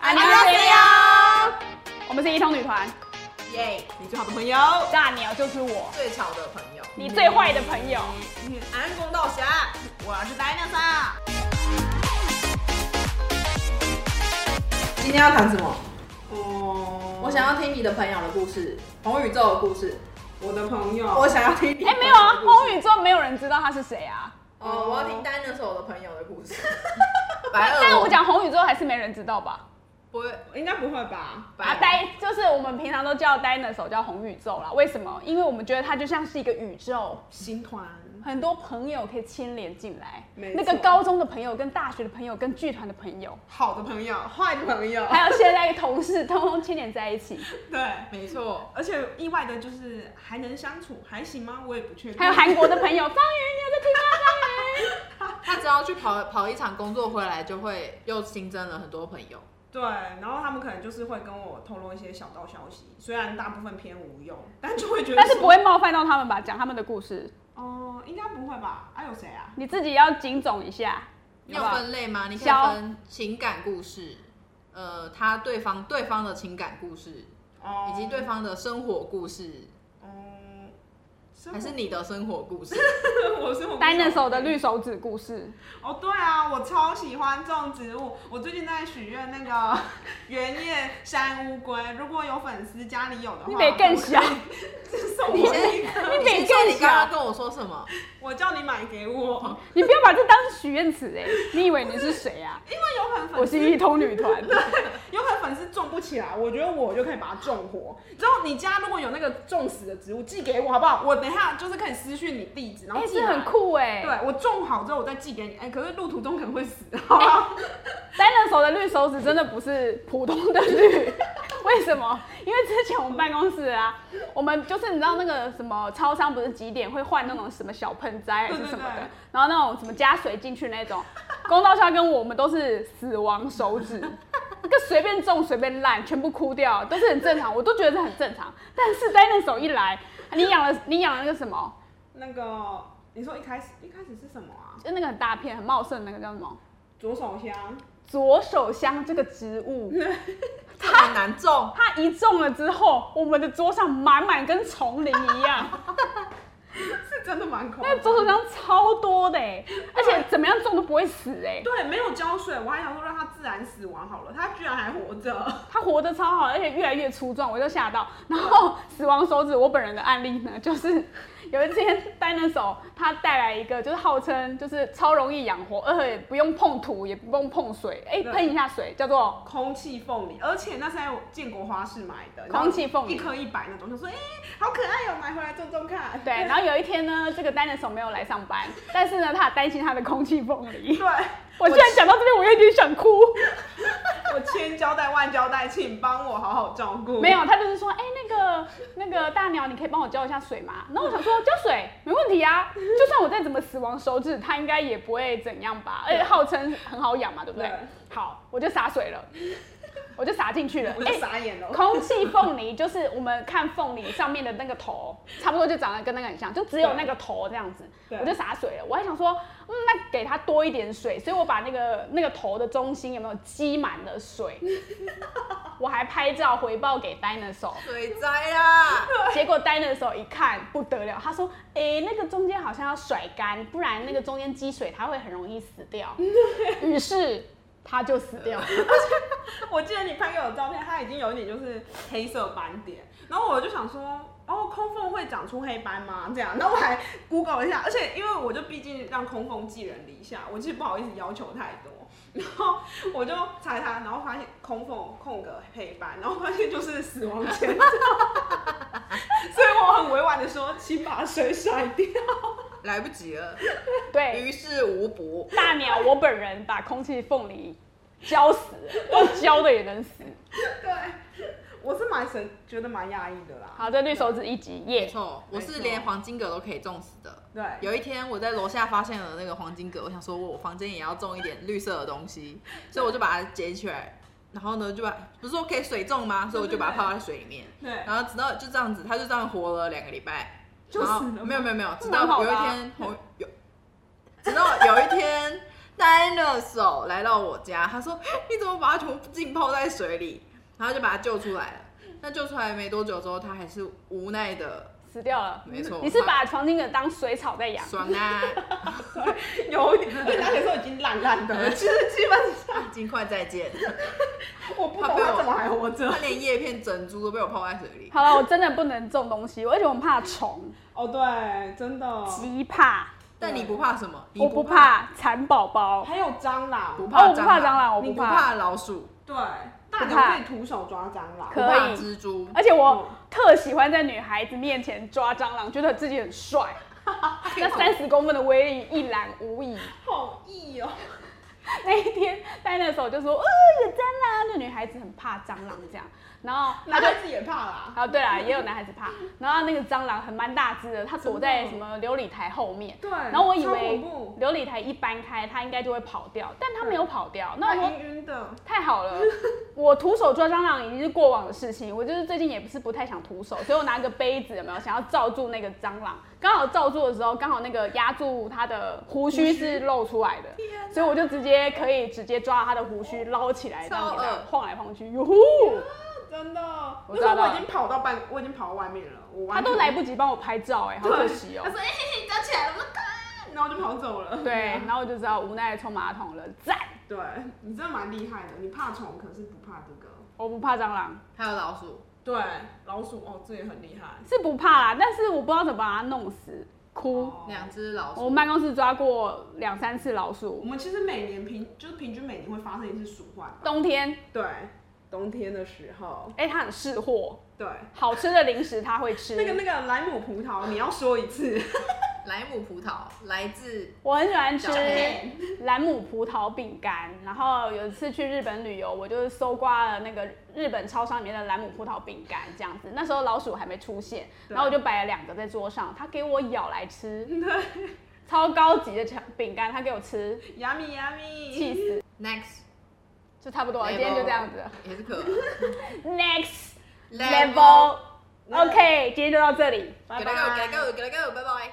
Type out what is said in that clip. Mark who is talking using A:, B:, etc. A: 안녕하세요 我们是一通女团，
B: 耶！
C: 你最好的朋友，
A: 大鸟就是我，
B: 最吵的朋友，
A: 你最坏的朋友。
B: 安宫道侠，
C: 我是白娘莎。
B: 今天要谈什么？
C: 哦，
B: 我想要听你的朋友的故事，红宇宙的故事。
C: 我的朋友，
B: 我想要听你。
A: 哎、没有啊，红。宇宙没有人知道他是谁啊。
B: 哦，我要听丹那是我的朋友的故 事。白
A: 但
B: 鹅，
A: 我讲红宇宙还是没人知道吧？
B: 不会，
C: 应该不会吧？
A: 啊，
B: 白
A: 呆就是我们平常都叫 dinosaur 叫红宇宙啦。为什么？因为我们觉得它就像是一个宇宙，
C: 新团，
A: 很多朋友可以牵连进来。
C: 没
A: 那个
C: 错
A: 高中的朋友、跟大学的朋友、跟剧团的朋友，
C: 好的朋友，坏的朋友，
A: 还有现在的同事，通通牵连在一起。
C: 嗯对。
B: 没错。
C: 而且意外的就是还能相处，还行吗？我也不确定。
A: 还有韩国的朋友，方圆，你有在听吗？
B: 他只要去跑跑一场工作回来，就会又新增了很多朋友。
C: 对，然后他们可能就是会跟我透露一些小道消息，虽然大部分偏无用，但就会觉
A: 方圆，
C: 得
A: 但是不
C: 说
A: 会冒犯到他们吧？讲他们的故事，
C: 哦、应该不会吧？啊，有谁啊？
A: 你自己要警总一下，
B: 你
A: 好
B: 有
A: 不好？
B: 分类吗？你可以
A: 消
B: 分情感故事，呃，他对方对方的情感故事，
C: 哦、
B: 以及对方的生活故事，
C: 嗯，生活
B: 还是你的生活 故事？
C: 我是我
A: dinosaur 的绿手指故事，
C: 哦，对啊，我超喜欢种植物。我最近在许愿那个 原叶山乌龟，如果有粉丝家里有的话，
A: 你得更小，
C: 这是送我一个，
A: 你得
B: 你说
A: 更
B: 你刚刚
C: 啊
A: 小，
B: 跟我说什么？
C: 我叫你买给我，
A: 你不要把这当许愿池哎，你以为你是谁啊？
C: 因为有很
A: 我
C: 粉
A: 是
C: 丝，啊
A: 一通女 团，
C: 有很粉丝种不起来，我觉得我就可以把它种活。之后你家如果有那个种死的植物，寄给我好不好？我等一下就是可以私讯你地址，然后
A: 哎，
C: 寄
A: 是
C: 来。
A: 很酷哎。
C: 对我种好之后我再寄给你，哎、可是路途中可能会死，好
A: 哎
C: 不好？
A: dinosaur 的绿手指真的不是普通的绿， 为什么？因为之前我们办公室啊，我们就是你知道那个什么超商不是几点会换那种什么小盆栽还是什么
C: 对对
A: 的
C: 对，
A: 然后那种什么加水进去那种，公道虾跟我们都是死亡手指。那个随便种随便烂，全部枯掉都是很正常，我都觉得这很正常。但是 dinosaur 一来，你养了你养了那个什么，
C: 那个你说一开始一开始是什么啊？
A: 就那个很大片很茂盛的那个叫什么
C: 左手香。
A: 左手香这个植物，
B: 这很难种，
A: 它一中了之后，我们的桌上满满跟丛林一样，
C: 是真的蛮恐怖。
A: 那左手香超多的哎、而且怎么样种都不会死哎、
C: 对，没有浇水，我还想说让它自然死亡好了，它居然还活 着。
A: 它活得超好，而且越来越粗壮，我就吓到。然后死亡手指，我本人的案例呢，就是有一天 dinosaur 它带来一个，就是号称就是超容易养活，而且不用碰土，也不用碰水，哎、
C: 对
A: 喷一下水叫 做
C: 空气凤梨，而且那是在建国花市买的，
A: 空气凤梨
C: 一颗一百那种，就说哎、好可爱哦、买回来种种看。
A: 对。然后有一天呢，这个 dinosaur 没有来上班，但是呢，它很担心它的空气凤梨。
C: 对，
A: 我居然讲到这边，我有点想哭。
C: 我千交代万交代，请帮我好好照顾。
A: 没，有，他就是说，哎、那个那个大鸟，你可以帮我浇一下水吗？然后我想说，浇水 没问题啊，就算我再怎么死亡手指，它应该也不会怎样吧？而且号称很好养嘛，对不对？
C: 对
A: 好，我就洒水了， 我就洒进去了。
C: 我
A: 哎
C: 就傻眼了。
A: 空气凤梨就是我们看凤梨上面的那个头，差不多就长得跟那个很像，就只有那个头这样子，
C: 对
A: 我就洒水了。我还想说，嗯，那给它多一点水，所以我把那个那个头的中心有没有积满了水，我还拍照回报给 dinosaur。
B: 水灾啊啦！
A: 结果 dinosaur 一看不得了，他说，哎、那个中间好像要甩干，不然那个中间积水它会很容易死掉。于是它就死掉了。
C: 我记得你拍给我的照片，它已经有一点就是黑色斑点，然后我就想说，哦，空缝会长出黑斑吗？这样，然后我还 Google 了一下，而且因为我就毕竟让空缝寄人篱下，我其实不好意思要求太多，然后我就查查，然后发现空缝空格黑斑，然后发现就是死亡前兆，所以我很委婉的说，请把水甩掉。
B: 来不及了，
A: 对，
B: 于事无补。
A: 大鸟，我本人把空气凤梨浇死了，用浇的也能死。
C: 对，我是蛮神，觉得蛮压抑的啦。
A: 好，这绿手指一集
B: 没
A: 耶，
B: 错，我是
C: 没错
B: 连黄金葛都可以种死的。
C: 对，
B: 有一天我在楼下发现了那个黄金葛，我想说我房间也要种一点绿色的东西，所以我就把它捡起来，然后呢就把不是说可以水种吗？所以我就把它泡在水里面，
C: 对
B: 然后直到就这样子，它就这样活了两个礼拜，
C: 就
B: 然后
C: 死了吗
A: 啊
B: 没有没有没有，直
A: 蛮好
B: 到
A: 的
B: 有一
A: 啊
B: 天红有，直到有一天大单热手来到我家，他说：“ 你怎么把它全部浸泡在水里？”然后就把它救出来了。那救出来没多久之后，他还是无奈的，
A: 死掉了。嗯
B: 没错
A: 你是把床巾给当水草在养，
B: 爽 啊，
C: 有一点，而且那时候已经烂烂的了，其实基本上
B: 尽快再见。
C: 我不懂他怎么还活着
B: 他。连叶片整株都被我泡在水里，
A: 好了，我真的不能种东西，而且我很怕虫，
C: 哦，对，真的，
A: 极怕，
B: 但你不怕什么？你
A: 我不，怕蚕宝宝，
C: 还有蟑螂，
B: 不
A: 哦
B: 怕
A: 我不怕蟑螂我不
B: 你不
A: 怕
B: 怕老鼠，
C: 对，大牛可以徒手抓蟑螂，
B: 不
A: 可
B: 怕
A: 以哎
B: 蜘蛛，
A: 而且我特喜欢在女孩子面前抓蟑螂，觉得自己 很帅。那三十公分的威力一览无 遗。
C: 好意哦，
A: 那一天戴那时候就说，呃，有蟑螂。那女孩子很怕蟑螂这样，然后
C: 男孩子也怕啦，
A: 啊，对啦，也有男孩子怕。然后那个蟑螂很蛮大只的，它躲在
C: 真的
A: 什么琉璃台后面。
C: 对，
A: 然后我以
C: 超
A: 为
C: 恐怖嗯
A: 琉璃台一搬开，它应该就会跑掉，但它没有跑掉。那
C: 那
A: 我说
C: 晕晕的，
A: 太好 了，我徒手抓蟑螂已经是过往的事情，我就是最近也不是不太想徒手，所以我拿个杯子有没有想要罩住那个蟑螂？刚好罩住的时候，刚好那个压住它的胡须是露出来的，所以我就直接可以直接抓它的胡须捞起来，这样给
B: 超
A: 它
B: 恶
A: 晃来晃去，哟呼，
C: 真的，
A: 我
C: 那
A: 知
C: 时候
A: 道
C: 我已经跑到半，我已经跑到外面了，我完
A: 它
C: 全
A: 都来不及帮我拍照、哎，好可惜哦、
C: 他说：“哎、你站起来了。”我说：“干！”然后我就跑走了。
A: 对，然后我就知道无奈地冲马桶了，赞！
C: 对，你真的蛮厉害的。你怕虫，可是不怕这个。
A: 我不怕蟑螂，
B: 还有老鼠。
C: 对，老鼠哦，这也很厉害。
A: 是不怕啦，但是我不知道怎么把它弄死，哭。
C: 哦
B: 两只老
A: 我
B: 鼠，
A: 们办公室抓过两三次老
C: 我
A: 鼠，
C: 们其实每年平就是平均每年会发生一次鼠患。
A: 冬天
C: 对，冬天的时候，
A: 哎、它很识货，
C: 对，
A: 好吃的零食它会吃。
C: 那个那个莱姆葡萄，你要说一次。
B: 莱姆葡萄来自
A: 我很喜欢吃
B: 小黑
A: 蓝姆葡萄饼干，然后有一次去日本旅游，我就是搜刮了那个日本超商里面的蓝姆葡萄饼干，这样子。那时候老鼠还没出现，
C: 对啊
A: 然后我就摆了两个在桌上，它给我咬来 吃，超高级的巧饼干，它给我吃，
C: yummy
A: 气
C: yummy。
A: 死，
B: next
A: 就差不多了，啊今天就这样子了。
B: 也是可爱
A: Next
B: level，
A: level，OK，、今天就到这里。
C: 拜
B: 给它 go，给
C: 拜
B: 它。go，给它 go，拜拜。